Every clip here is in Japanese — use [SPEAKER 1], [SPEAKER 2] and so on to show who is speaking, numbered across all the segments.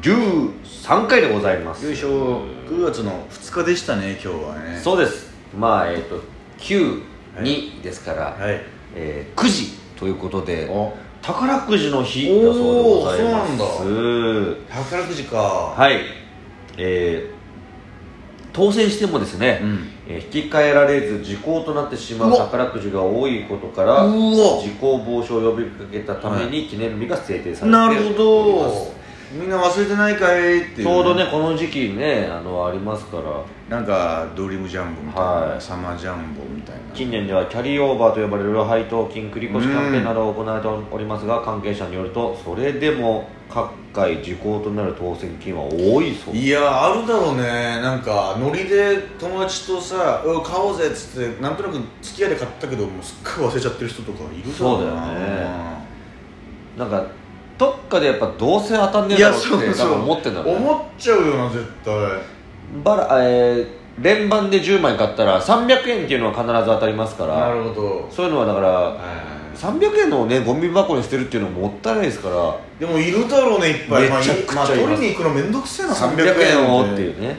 [SPEAKER 1] 513回でございます
[SPEAKER 2] よいしょ9月の2日でしたね今日はね
[SPEAKER 1] そうですまあえっ、と
[SPEAKER 2] はい
[SPEAKER 1] 92ですから、
[SPEAKER 2] はい
[SPEAKER 1] えー9時ということで
[SPEAKER 2] お
[SPEAKER 1] 宝くじの日だそうでございます
[SPEAKER 2] おー宝くじかは
[SPEAKER 1] はいえー当選してもですね、
[SPEAKER 2] うん
[SPEAKER 1] えー引き換えられず時効となってしまう
[SPEAKER 2] うわ
[SPEAKER 1] 宝くじが多いことか
[SPEAKER 2] う
[SPEAKER 1] ら
[SPEAKER 2] わ
[SPEAKER 1] 時効防止を呼びかけたために記念日が制定されて
[SPEAKER 2] な
[SPEAKER 1] おり
[SPEAKER 2] るほ
[SPEAKER 1] ま
[SPEAKER 2] ど
[SPEAKER 1] す
[SPEAKER 2] みんな忘れてないかいっていう
[SPEAKER 1] ちょうどねこの時期ねあのありますから
[SPEAKER 2] なんかドリームジャンボみたいな、
[SPEAKER 1] はい
[SPEAKER 2] サマージャンボみたいな
[SPEAKER 1] 近年ではキャリーオーバーと呼ばれる配当金繰り越しキャンペーンなどを行われておりますが関係者によるとそれでも各回時効となる当選金は多いそう
[SPEAKER 2] いやあるだろうねなんかノリで友達とさ「うん買おうぜ」っつってなんとなく付き合いで買ったけどもうすっごい忘れちゃってる人とかいるだろな
[SPEAKER 1] そうだよねなんかどっかでやっぱどうせ当たんねえだろうってなんか思ってんだろうね
[SPEAKER 2] 思っちゃうよな絶対
[SPEAKER 1] バラ、えー連番で10枚買ったら300円っていうのは必ず当たりますか
[SPEAKER 2] な
[SPEAKER 1] ら
[SPEAKER 2] るほど
[SPEAKER 1] そういうのはだから
[SPEAKER 2] は
[SPEAKER 1] 300円のねゴミ箱に捨てるっていうのももったいないですから
[SPEAKER 2] いでもいるだろうねいっぱ
[SPEAKER 1] め
[SPEAKER 2] い
[SPEAKER 1] ちゃくちゃ
[SPEAKER 2] まあ、まあ
[SPEAKER 1] います
[SPEAKER 2] 取りに行くのめんどくせえな
[SPEAKER 1] 300円をっていううね、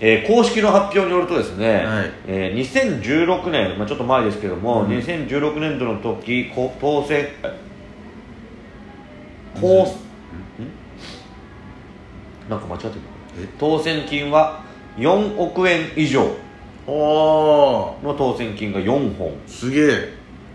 [SPEAKER 1] えー公式の発表によるとですね、
[SPEAKER 2] はい
[SPEAKER 1] えー2016年、まあ、ちょっと前ですけども、2016年度の時こ当選あこう、んなんか間違ってる
[SPEAKER 2] え
[SPEAKER 1] 当選金は4億円以上
[SPEAKER 2] あ
[SPEAKER 1] の当選金が4本
[SPEAKER 2] あすげえ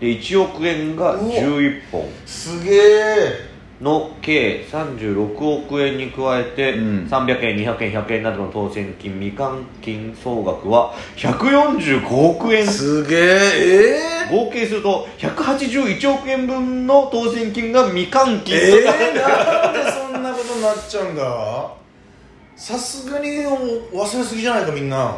[SPEAKER 1] で1億円が11本
[SPEAKER 2] すげえ
[SPEAKER 1] の計36億円に加えて、
[SPEAKER 2] うん
[SPEAKER 1] 300円200円100円などの当選金未換金総額は145億円
[SPEAKER 2] すげえええ
[SPEAKER 1] 合計すると181億円分の当選金が未換金と
[SPEAKER 2] え
[SPEAKER 1] な
[SPEAKER 2] ー、なんでそんなことになっちゃうんださすがに忘れすぎじゃないかみんな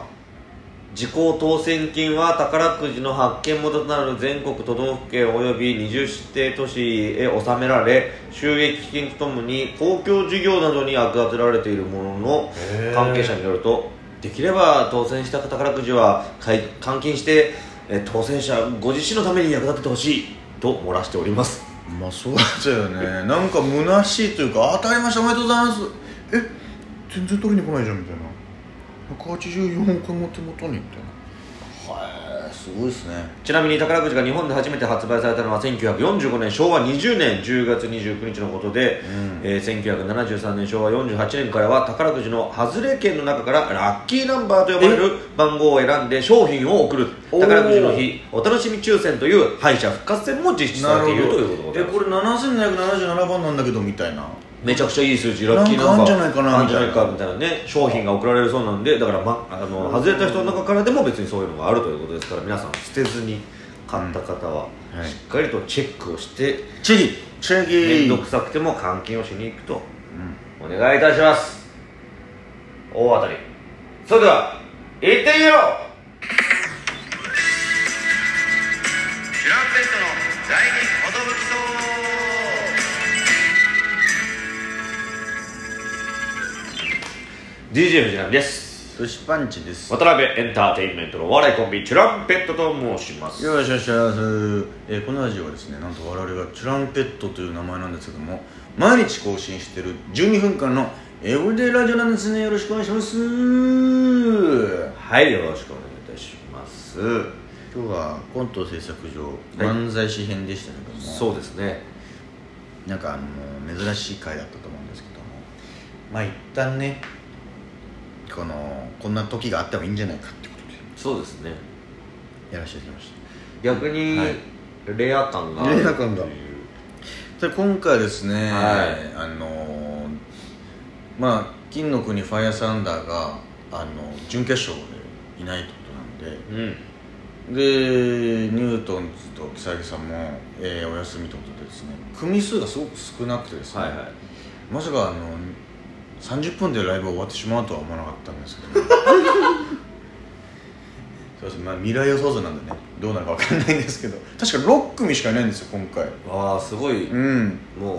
[SPEAKER 1] 時効当選金は宝くじの発見元となる全国都道府県及び20指定都市へ納められ収益金とともに公共事業などに役立てられているものの
[SPEAKER 2] へー
[SPEAKER 1] 関係者によるとできれば当選した宝くじは買い換金してえ当選者ご自身のために役立ててほしいと漏らしております
[SPEAKER 2] まあそうだよねなんか虚しいというかあ当たりましたおめでとうございますえ全然取りに来ないじゃんみたいな184億円も手元にみたいなはいすごいですね
[SPEAKER 1] ちなみに宝くじが日本で初めて発売されたのは1945年昭和20年10月29日のことで、えー1973年昭和48年からは宝くじの外れ券の中からラッキーナンバーと呼ばれる番号を選んで商品を送る
[SPEAKER 2] おー
[SPEAKER 1] 宝くじの日お楽しみ抽選という敗者復活戦も実施されているということで
[SPEAKER 2] え
[SPEAKER 1] ございます
[SPEAKER 2] これ7777番なんだけどみたいな
[SPEAKER 1] めちゃくちゃいい数字ラッキーナン
[SPEAKER 2] なんかあ
[SPEAKER 1] バー
[SPEAKER 2] んじゃないかな
[SPEAKER 1] あんじゃないかみたいなね商品が送られるそうなんでだから、ま、あの外れた人の中からでも別にそういうのがあるということですから皆さん捨てずに買った方は
[SPEAKER 2] うんはい
[SPEAKER 1] しっかりとチェックをして
[SPEAKER 2] チェギチェ
[SPEAKER 1] 面
[SPEAKER 2] ギ
[SPEAKER 1] 倒くさくても換金をしに行くと、お願いいたします大当たりそれでは行ってみよう
[SPEAKER 2] ュランペットの第二
[SPEAKER 1] DJ 藤波です
[SPEAKER 2] 寿司パンチです
[SPEAKER 1] 渡辺エンターテインメントのお笑いコンビチュランペットと申します
[SPEAKER 2] よろしくお願いします、えーこのラジオはですねなんと我々がチュランペットという名前なんですけども毎日更新してる12分間のエブリデイラジオなんですねよろしくお願いします今
[SPEAKER 1] はいよろしくお願いいたします
[SPEAKER 2] 日はコント制作上、漫才師編でしたけども
[SPEAKER 1] そうですね
[SPEAKER 2] なんかあの珍しい回だったと思うんですけどもまあ一旦ねこのこんな時があってもいいんじゃないかってこと
[SPEAKER 1] そうですね
[SPEAKER 2] でやらせていただきました
[SPEAKER 1] 逆に、
[SPEAKER 2] はい
[SPEAKER 1] レア感がある
[SPEAKER 2] レア感が
[SPEAKER 1] っていう
[SPEAKER 2] で今回ですね、
[SPEAKER 1] はい
[SPEAKER 2] あのーまあ金の国ファイアサンダーがあの準決勝でいないってことなんで
[SPEAKER 1] うん
[SPEAKER 2] でニュートンズと木更木さんも、えーお休みってことでですね組数がすごく少なくてですね、
[SPEAKER 1] はいはい
[SPEAKER 2] まさかあの30分でライブが終わってしまうとは思わなかったんですけど そうですまあ未来予想図なんでねどうなるか分かんないんですけど確か6組しかいないんですよ今回
[SPEAKER 1] ああすごい、
[SPEAKER 2] うん
[SPEAKER 1] もう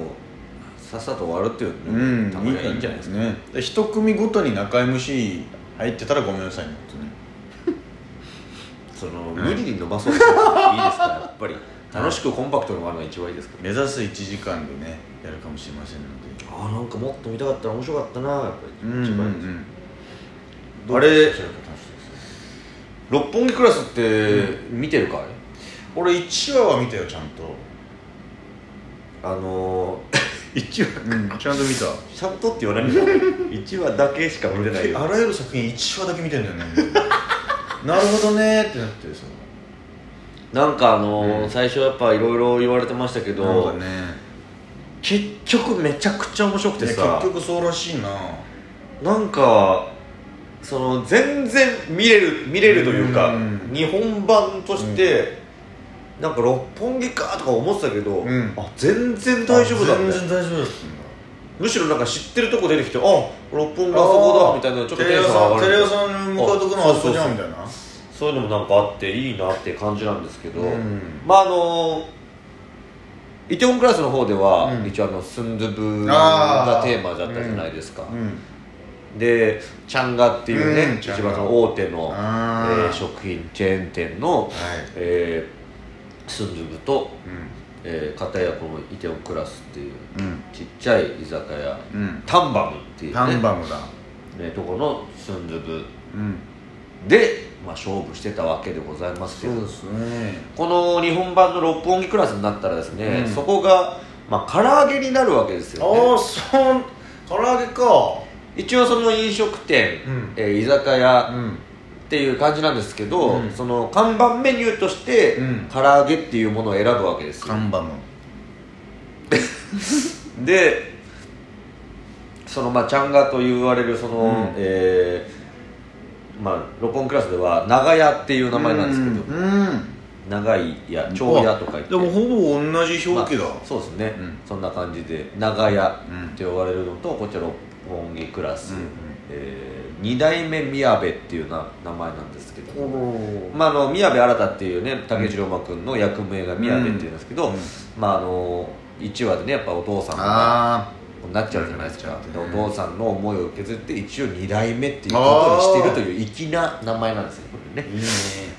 [SPEAKER 1] さっさと終わるっていう
[SPEAKER 2] う
[SPEAKER 1] の
[SPEAKER 2] ん、
[SPEAKER 1] もたまにはいいんじゃないですか、
[SPEAKER 2] ねで一組ごとに中 MC 入ってたらごめんなさいね本当に
[SPEAKER 1] その無理に伸ばそうといいですからやっぱり楽しくコンパクトに回るのが一番いいですから
[SPEAKER 2] 目指す1時間でねやるかもしれませんので
[SPEAKER 1] ああなんかもっと見たかったら面白かったなやっぱり一
[SPEAKER 2] 一
[SPEAKER 1] 番
[SPEAKER 2] 番
[SPEAKER 1] いい
[SPEAKER 2] い
[SPEAKER 1] です
[SPEAKER 2] いです
[SPEAKER 1] よ
[SPEAKER 2] ね
[SPEAKER 1] あれ
[SPEAKER 2] どうしてら楽しいです
[SPEAKER 1] 六本木クラスって見てるかい、
[SPEAKER 2] 俺1話は見たよちゃんと、
[SPEAKER 1] あのー、1話
[SPEAKER 2] うん、ちゃんと見た
[SPEAKER 1] ちゃんとって言わ ないんだ1話だけしか見てないよ
[SPEAKER 2] あらゆる作品1話だけ見てんだよね なるほどねってなってさ
[SPEAKER 1] なんかあのー
[SPEAKER 2] うん
[SPEAKER 1] 最初やっぱいろいろ言われてましたけ
[SPEAKER 2] なん
[SPEAKER 1] ど、
[SPEAKER 2] かね
[SPEAKER 1] 結局めちゃくちゃ面白く
[SPEAKER 2] い
[SPEAKER 1] て
[SPEAKER 2] や
[SPEAKER 1] さ
[SPEAKER 2] 結局そうらしいな
[SPEAKER 1] なんかその全然見れる見れるというか、
[SPEAKER 2] うん
[SPEAKER 1] 日本版として、なんか六本木かとか思ってたけど、
[SPEAKER 2] うん
[SPEAKER 1] あ全然大丈夫だ
[SPEAKER 2] 全
[SPEAKER 1] ね
[SPEAKER 2] 然大丈夫だったんだ
[SPEAKER 1] むしろなんか知ってるとこ出てきてあ六本木あそこだみたいなちょっとテンション上が
[SPEAKER 2] テレ
[SPEAKER 1] る
[SPEAKER 2] 朝に向かうとこのあそこじゃんみたいな
[SPEAKER 1] そういうのもなんかあっていいなって感じなんですけど、
[SPEAKER 2] うん
[SPEAKER 1] まああのイテウォンクラスの方では、
[SPEAKER 2] うん
[SPEAKER 1] 一応あのスンドゥブ
[SPEAKER 2] あ
[SPEAKER 1] が
[SPEAKER 2] ー
[SPEAKER 1] テーマだったじゃないですか、
[SPEAKER 2] うん
[SPEAKER 1] でチャンガっていうね、
[SPEAKER 2] うん
[SPEAKER 1] 一
[SPEAKER 2] チャンガ
[SPEAKER 1] 番その大手の、え
[SPEAKER 2] あー
[SPEAKER 1] ー食品チェーン店の、
[SPEAKER 2] はい
[SPEAKER 1] えースンドゥブと、
[SPEAKER 2] う
[SPEAKER 1] えー、片やこのイテウォンクラスっていうん
[SPEAKER 2] うん
[SPEAKER 1] ちっちゃい居酒屋、
[SPEAKER 2] うん
[SPEAKER 1] タンバムっていうね
[SPEAKER 2] タンバムだ
[SPEAKER 1] ねとこのスンドゥブ
[SPEAKER 2] うん
[SPEAKER 1] で、まあ、勝負してたわけでございますけど
[SPEAKER 2] すね
[SPEAKER 1] この日本版の六本木クラスになったらですね、
[SPEAKER 2] うん
[SPEAKER 1] そこが、まあ、唐揚げになるわけです
[SPEAKER 2] あ
[SPEAKER 1] よ、ね、
[SPEAKER 2] あそう唐揚げか
[SPEAKER 1] 一応その飲食店、
[SPEAKER 2] うん
[SPEAKER 1] えー居酒屋
[SPEAKER 2] ん
[SPEAKER 1] っていう感じなんですけど、
[SPEAKER 2] うん
[SPEAKER 1] その看板メニューとして、
[SPEAKER 2] うん
[SPEAKER 1] 唐揚げっていうものを選ぶわけですよ
[SPEAKER 2] タンバム
[SPEAKER 1] でそのまあちゃんがと言われるその、
[SPEAKER 2] うん
[SPEAKER 1] えーまあ六本木クラスでは長屋っていう名前なんですけど、
[SPEAKER 2] うん
[SPEAKER 1] 長い屋長屋とか言って
[SPEAKER 2] でもほぼ同じ表記だ
[SPEAKER 1] まあそうですね、
[SPEAKER 2] うん
[SPEAKER 1] そんな感じで長屋
[SPEAKER 2] う
[SPEAKER 1] っ
[SPEAKER 2] ん
[SPEAKER 1] て呼ばれるのと、こちら六本木クラス、
[SPEAKER 2] うんうん
[SPEAKER 1] えー二代目宮部っていうな名前なんですけど、
[SPEAKER 2] お
[SPEAKER 1] まあ、あの宮部新っていうね竹内涼真君の役名が宮部っていうんですけど、
[SPEAKER 2] うん
[SPEAKER 1] まああの1話でねやっぱお父さんが
[SPEAKER 2] あ
[SPEAKER 1] なっちゃうじゃないですか
[SPEAKER 2] なっちゃう
[SPEAKER 1] で
[SPEAKER 2] ね
[SPEAKER 1] お父さんの思いを削って一応二代目っていうことにしてるという粋な名前なんですよこれね
[SPEAKER 2] あいいね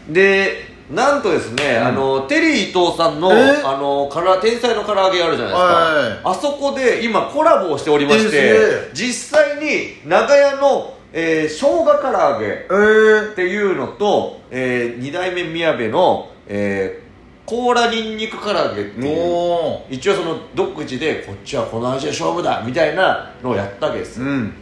[SPEAKER 1] でなんとですね、
[SPEAKER 2] ん
[SPEAKER 1] あのテリー伊藤さんの
[SPEAKER 2] え
[SPEAKER 1] あのから天才の唐揚げあるじゃないですか、
[SPEAKER 2] はいはい
[SPEAKER 1] あそこで今コラボをしておりまし
[SPEAKER 2] えーす
[SPEAKER 1] て実際に長屋の、えー、生姜唐揚げ
[SPEAKER 2] えー
[SPEAKER 1] っていうのと、えー、2代目宮部の、えー、甲羅にんにく唐揚げっていう
[SPEAKER 2] お
[SPEAKER 1] 一応その独自でこっちはこの味で勝負だみたいなのをやったわけです
[SPEAKER 2] う
[SPEAKER 1] よ、
[SPEAKER 2] ん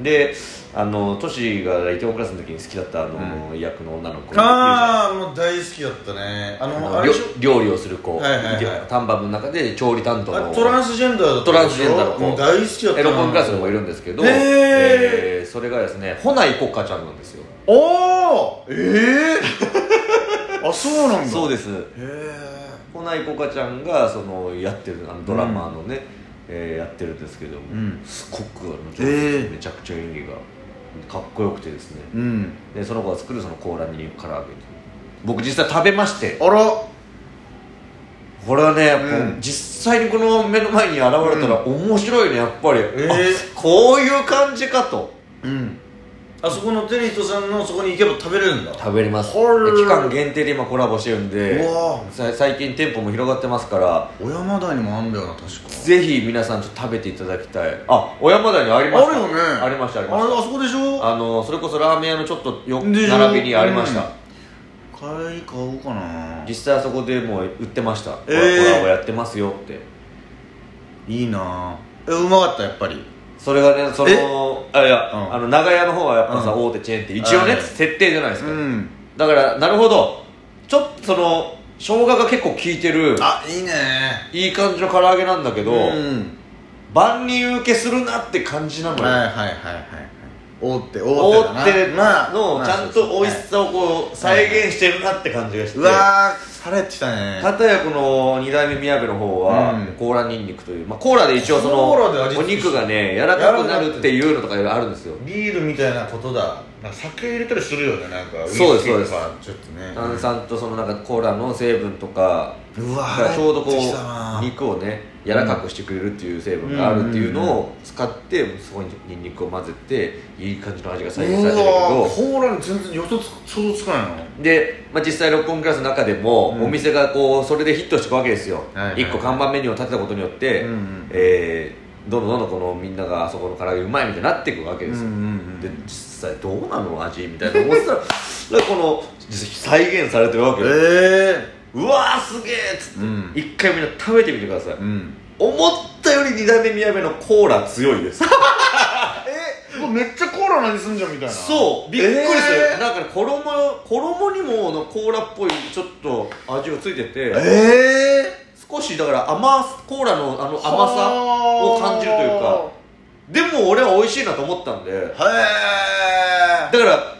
[SPEAKER 1] であのトシがイテウォンクラスの時に好きだったあの、役の女の子いるじゃない
[SPEAKER 2] ああもう大好きだったねあ
[SPEAKER 1] あ
[SPEAKER 2] の
[SPEAKER 1] の
[SPEAKER 2] あれ
[SPEAKER 1] 料
[SPEAKER 2] でしょ
[SPEAKER 1] 料理をする子、
[SPEAKER 2] はいはいはい
[SPEAKER 1] 見てもらうタンバブの中で調理担当
[SPEAKER 2] あれ
[SPEAKER 1] の
[SPEAKER 2] トランスジェンダーだった
[SPEAKER 1] トランスジェンダーの子
[SPEAKER 2] もう大好きだった
[SPEAKER 1] エ
[SPEAKER 2] な
[SPEAKER 1] ロコンクラスの子がいるんですけど、
[SPEAKER 2] へー
[SPEAKER 1] ーそれがですねホナイコカちゃんなんですよ
[SPEAKER 2] おおえ えあそうなんだ
[SPEAKER 1] そう
[SPEAKER 2] へ
[SPEAKER 1] です
[SPEAKER 2] え
[SPEAKER 1] ホナイコカちゃんがそのやってるあのドラマーのね、えーやってるんですけども、
[SPEAKER 2] うん
[SPEAKER 1] すごくあの上手
[SPEAKER 2] へー
[SPEAKER 1] めちゃくちゃ演技がかっこよくてですね
[SPEAKER 2] うん
[SPEAKER 1] でその子が作るそのコーラに唐揚げ僕実際食べまして
[SPEAKER 2] あら
[SPEAKER 1] これはね、やっぱ
[SPEAKER 2] うん
[SPEAKER 1] 実際にこの目の前に現れたら面白いねやっぱり、
[SPEAKER 2] え
[SPEAKER 1] あこういう感じかと
[SPEAKER 2] うんあそこのテリートさんのそこに行けば食べれるんだ
[SPEAKER 1] 食べれます
[SPEAKER 2] ほら
[SPEAKER 1] 期間限定で今コラボしてるんで
[SPEAKER 2] うわ
[SPEAKER 1] さ最近店舗も広がってますから
[SPEAKER 2] 小山台にもあんだよな確か
[SPEAKER 1] ぜひ皆さんちょっと食べていただきたいあ小山台にありました
[SPEAKER 2] あるよね
[SPEAKER 1] ありましたありまし
[SPEAKER 2] れあそこでしょ
[SPEAKER 1] たあのそれこそラーメン屋のちょっとよ
[SPEAKER 2] でしょ
[SPEAKER 1] 並びにありました、
[SPEAKER 2] 帰り買おうかな
[SPEAKER 1] 実際あそこでもう売ってました、
[SPEAKER 2] えー
[SPEAKER 1] コラボやってますよって
[SPEAKER 2] いいなえうまかったやっぱり
[SPEAKER 1] それがねそのあいや、
[SPEAKER 2] うん
[SPEAKER 1] あの長屋の方はやっぱさ、
[SPEAKER 2] う
[SPEAKER 1] 大手チェーンって一応ね、
[SPEAKER 2] はい
[SPEAKER 1] 設定じゃないですか、
[SPEAKER 2] ん
[SPEAKER 1] だからなるほどちょっとその生姜が結構効いてる
[SPEAKER 2] あいいね
[SPEAKER 1] いい感じの唐揚げなんだけど、
[SPEAKER 2] うん
[SPEAKER 1] 万人受けするなって感じなのよ、
[SPEAKER 2] はいはいはいはいはい大手大手だな
[SPEAKER 1] 大手
[SPEAKER 2] まあ
[SPEAKER 1] の
[SPEAKER 2] まあ
[SPEAKER 1] ちゃんと美味しさをこう再現してるなって感じがして、
[SPEAKER 2] うわー晴れてきたね
[SPEAKER 1] かたやこの二代目みやべの方は、
[SPEAKER 2] うん
[SPEAKER 1] コーラニンニクという、まあ、コーラで一応その
[SPEAKER 2] コーラで味
[SPEAKER 1] お
[SPEAKER 2] 付けして
[SPEAKER 1] 肉がね柔らかくなるっていうのとかいろいろあるんですよ
[SPEAKER 2] ビールみたいなことだなんか酒入れたりするよねなん
[SPEAKER 1] そう
[SPEAKER 2] か
[SPEAKER 1] です
[SPEAKER 2] ウイスキーとかちょっとね
[SPEAKER 1] 炭酸とそのなんかコーラの成分とか
[SPEAKER 2] うわ
[SPEAKER 1] がちょうどこ
[SPEAKER 2] 入ってきたな
[SPEAKER 1] う肉をね柔らかくしてくれるっていう成分があるっていうのを使ってそこにニンニクを混ぜていい感じの味が再現されてるけ
[SPEAKER 2] う
[SPEAKER 1] ど
[SPEAKER 2] わコーラに全然予想つ想像つかないの
[SPEAKER 1] で、まあ、実際六本木クラスの中でも、
[SPEAKER 2] うん
[SPEAKER 1] お店がこうそれでヒットしていくわけですよ、一
[SPEAKER 2] はいはい
[SPEAKER 1] 1個看板メニューを立てたことによって、
[SPEAKER 2] うんうん
[SPEAKER 1] えーどんどんどんどんこのみんながあそこの唐揚げうまいみたいになっていくわけですよ、
[SPEAKER 2] うんうんうん
[SPEAKER 1] で実際どうなの味みたいな思ってたら だからこの実際再現されてるわけよ、
[SPEAKER 2] え
[SPEAKER 1] うわーすげえっつって、
[SPEAKER 2] うん
[SPEAKER 1] 一回みんな食べてみてください、
[SPEAKER 2] えうん
[SPEAKER 1] 思ったより二代目みやべのコーラ強いです
[SPEAKER 2] うわめっちゃコーラの味すんじゃんみたいな
[SPEAKER 1] そうびっくりする、
[SPEAKER 2] え
[SPEAKER 1] なんかね衣衣にものコーラっぽいちょっと味がついてて、
[SPEAKER 2] えええ
[SPEAKER 1] 少しだから甘すコーラのあの甘さ
[SPEAKER 2] を
[SPEAKER 1] を感じるというかでも俺は美味しいなと思ったんで
[SPEAKER 2] へえ
[SPEAKER 1] だから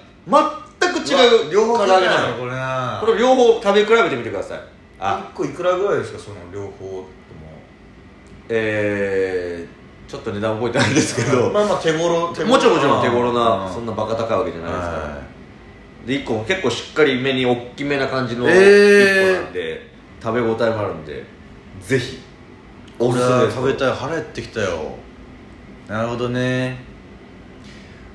[SPEAKER 1] 全く違う
[SPEAKER 2] 両方
[SPEAKER 1] 唐
[SPEAKER 2] 唐
[SPEAKER 1] 揚
[SPEAKER 2] 揚
[SPEAKER 1] げ
[SPEAKER 2] げ
[SPEAKER 1] なの
[SPEAKER 2] なのこれな
[SPEAKER 1] これ両方食べ比べてみてくださいあ
[SPEAKER 2] 1個いくらぐらいですかその両方とも
[SPEAKER 1] えー、ちょっと値段覚えてないんですけども
[SPEAKER 2] まあまあ手頃
[SPEAKER 1] ちろんもちろん手頃なそん
[SPEAKER 2] な
[SPEAKER 1] なバカ高いわけじゃないですから、
[SPEAKER 2] は
[SPEAKER 1] で1個も結構しっかり目に大きめな感じの
[SPEAKER 2] え
[SPEAKER 1] 1
[SPEAKER 2] ー
[SPEAKER 1] 個なんで、食べ応えもあるんでぜひ
[SPEAKER 2] い
[SPEAKER 1] おすすめ
[SPEAKER 2] 俺は
[SPEAKER 1] です
[SPEAKER 2] 食べたい腹減ってきたよなるほどね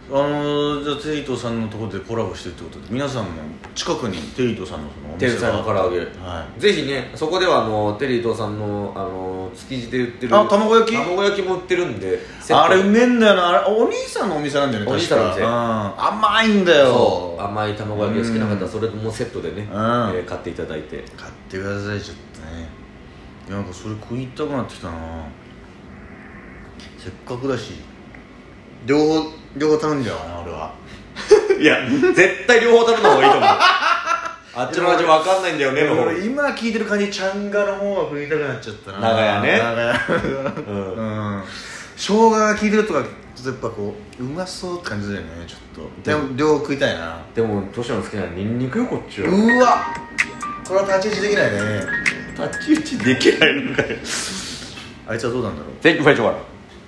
[SPEAKER 2] あのじゃあテイトさんのところでコラボしてるってことで皆さんも近くにテイトさんのそのお店
[SPEAKER 1] 天才の唐揚げ
[SPEAKER 2] は
[SPEAKER 1] ぜひねそこではあのテリー伊藤さんのあの築地で売ってる
[SPEAKER 2] あ卵焼き
[SPEAKER 1] 卵焼きも売ってるんで
[SPEAKER 2] いあれう
[SPEAKER 1] セッ
[SPEAKER 2] めえんだよなあれお兄さんのお店なんだよね
[SPEAKER 1] お兄さんのお店
[SPEAKER 2] 確かうん甘いんだ
[SPEAKER 1] トで
[SPEAKER 2] よ
[SPEAKER 1] そう甘い卵焼きが好きな方
[SPEAKER 2] う
[SPEAKER 1] は
[SPEAKER 2] ん
[SPEAKER 1] それともうセットでね、えー買っていただい て
[SPEAKER 2] 買ってくださいちょっとねいやなんかそれ食いたくなってきたなせっかくだし両方両方頼んじゃうかな俺はい
[SPEAKER 1] や絶対両方食べた方がいいと思う あっちの味わかんないんだよねの方
[SPEAKER 2] 俺今聞いてる感じチャンガの方が食いたくなっちゃったな
[SPEAKER 1] 長屋ね
[SPEAKER 2] 長屋
[SPEAKER 1] うん
[SPEAKER 2] うん生姜が効いてるとかちょっとやっぱこううまそうって感じだよねちょっとでも両方食いたいな
[SPEAKER 1] でもトシの好きなのはニンニクよこっちは
[SPEAKER 2] うわこれは立ち打ちできないね
[SPEAKER 1] 立ち打ちできないのかよ
[SPEAKER 2] あいつはどうなんだろう
[SPEAKER 1] 全部ファイチョバラ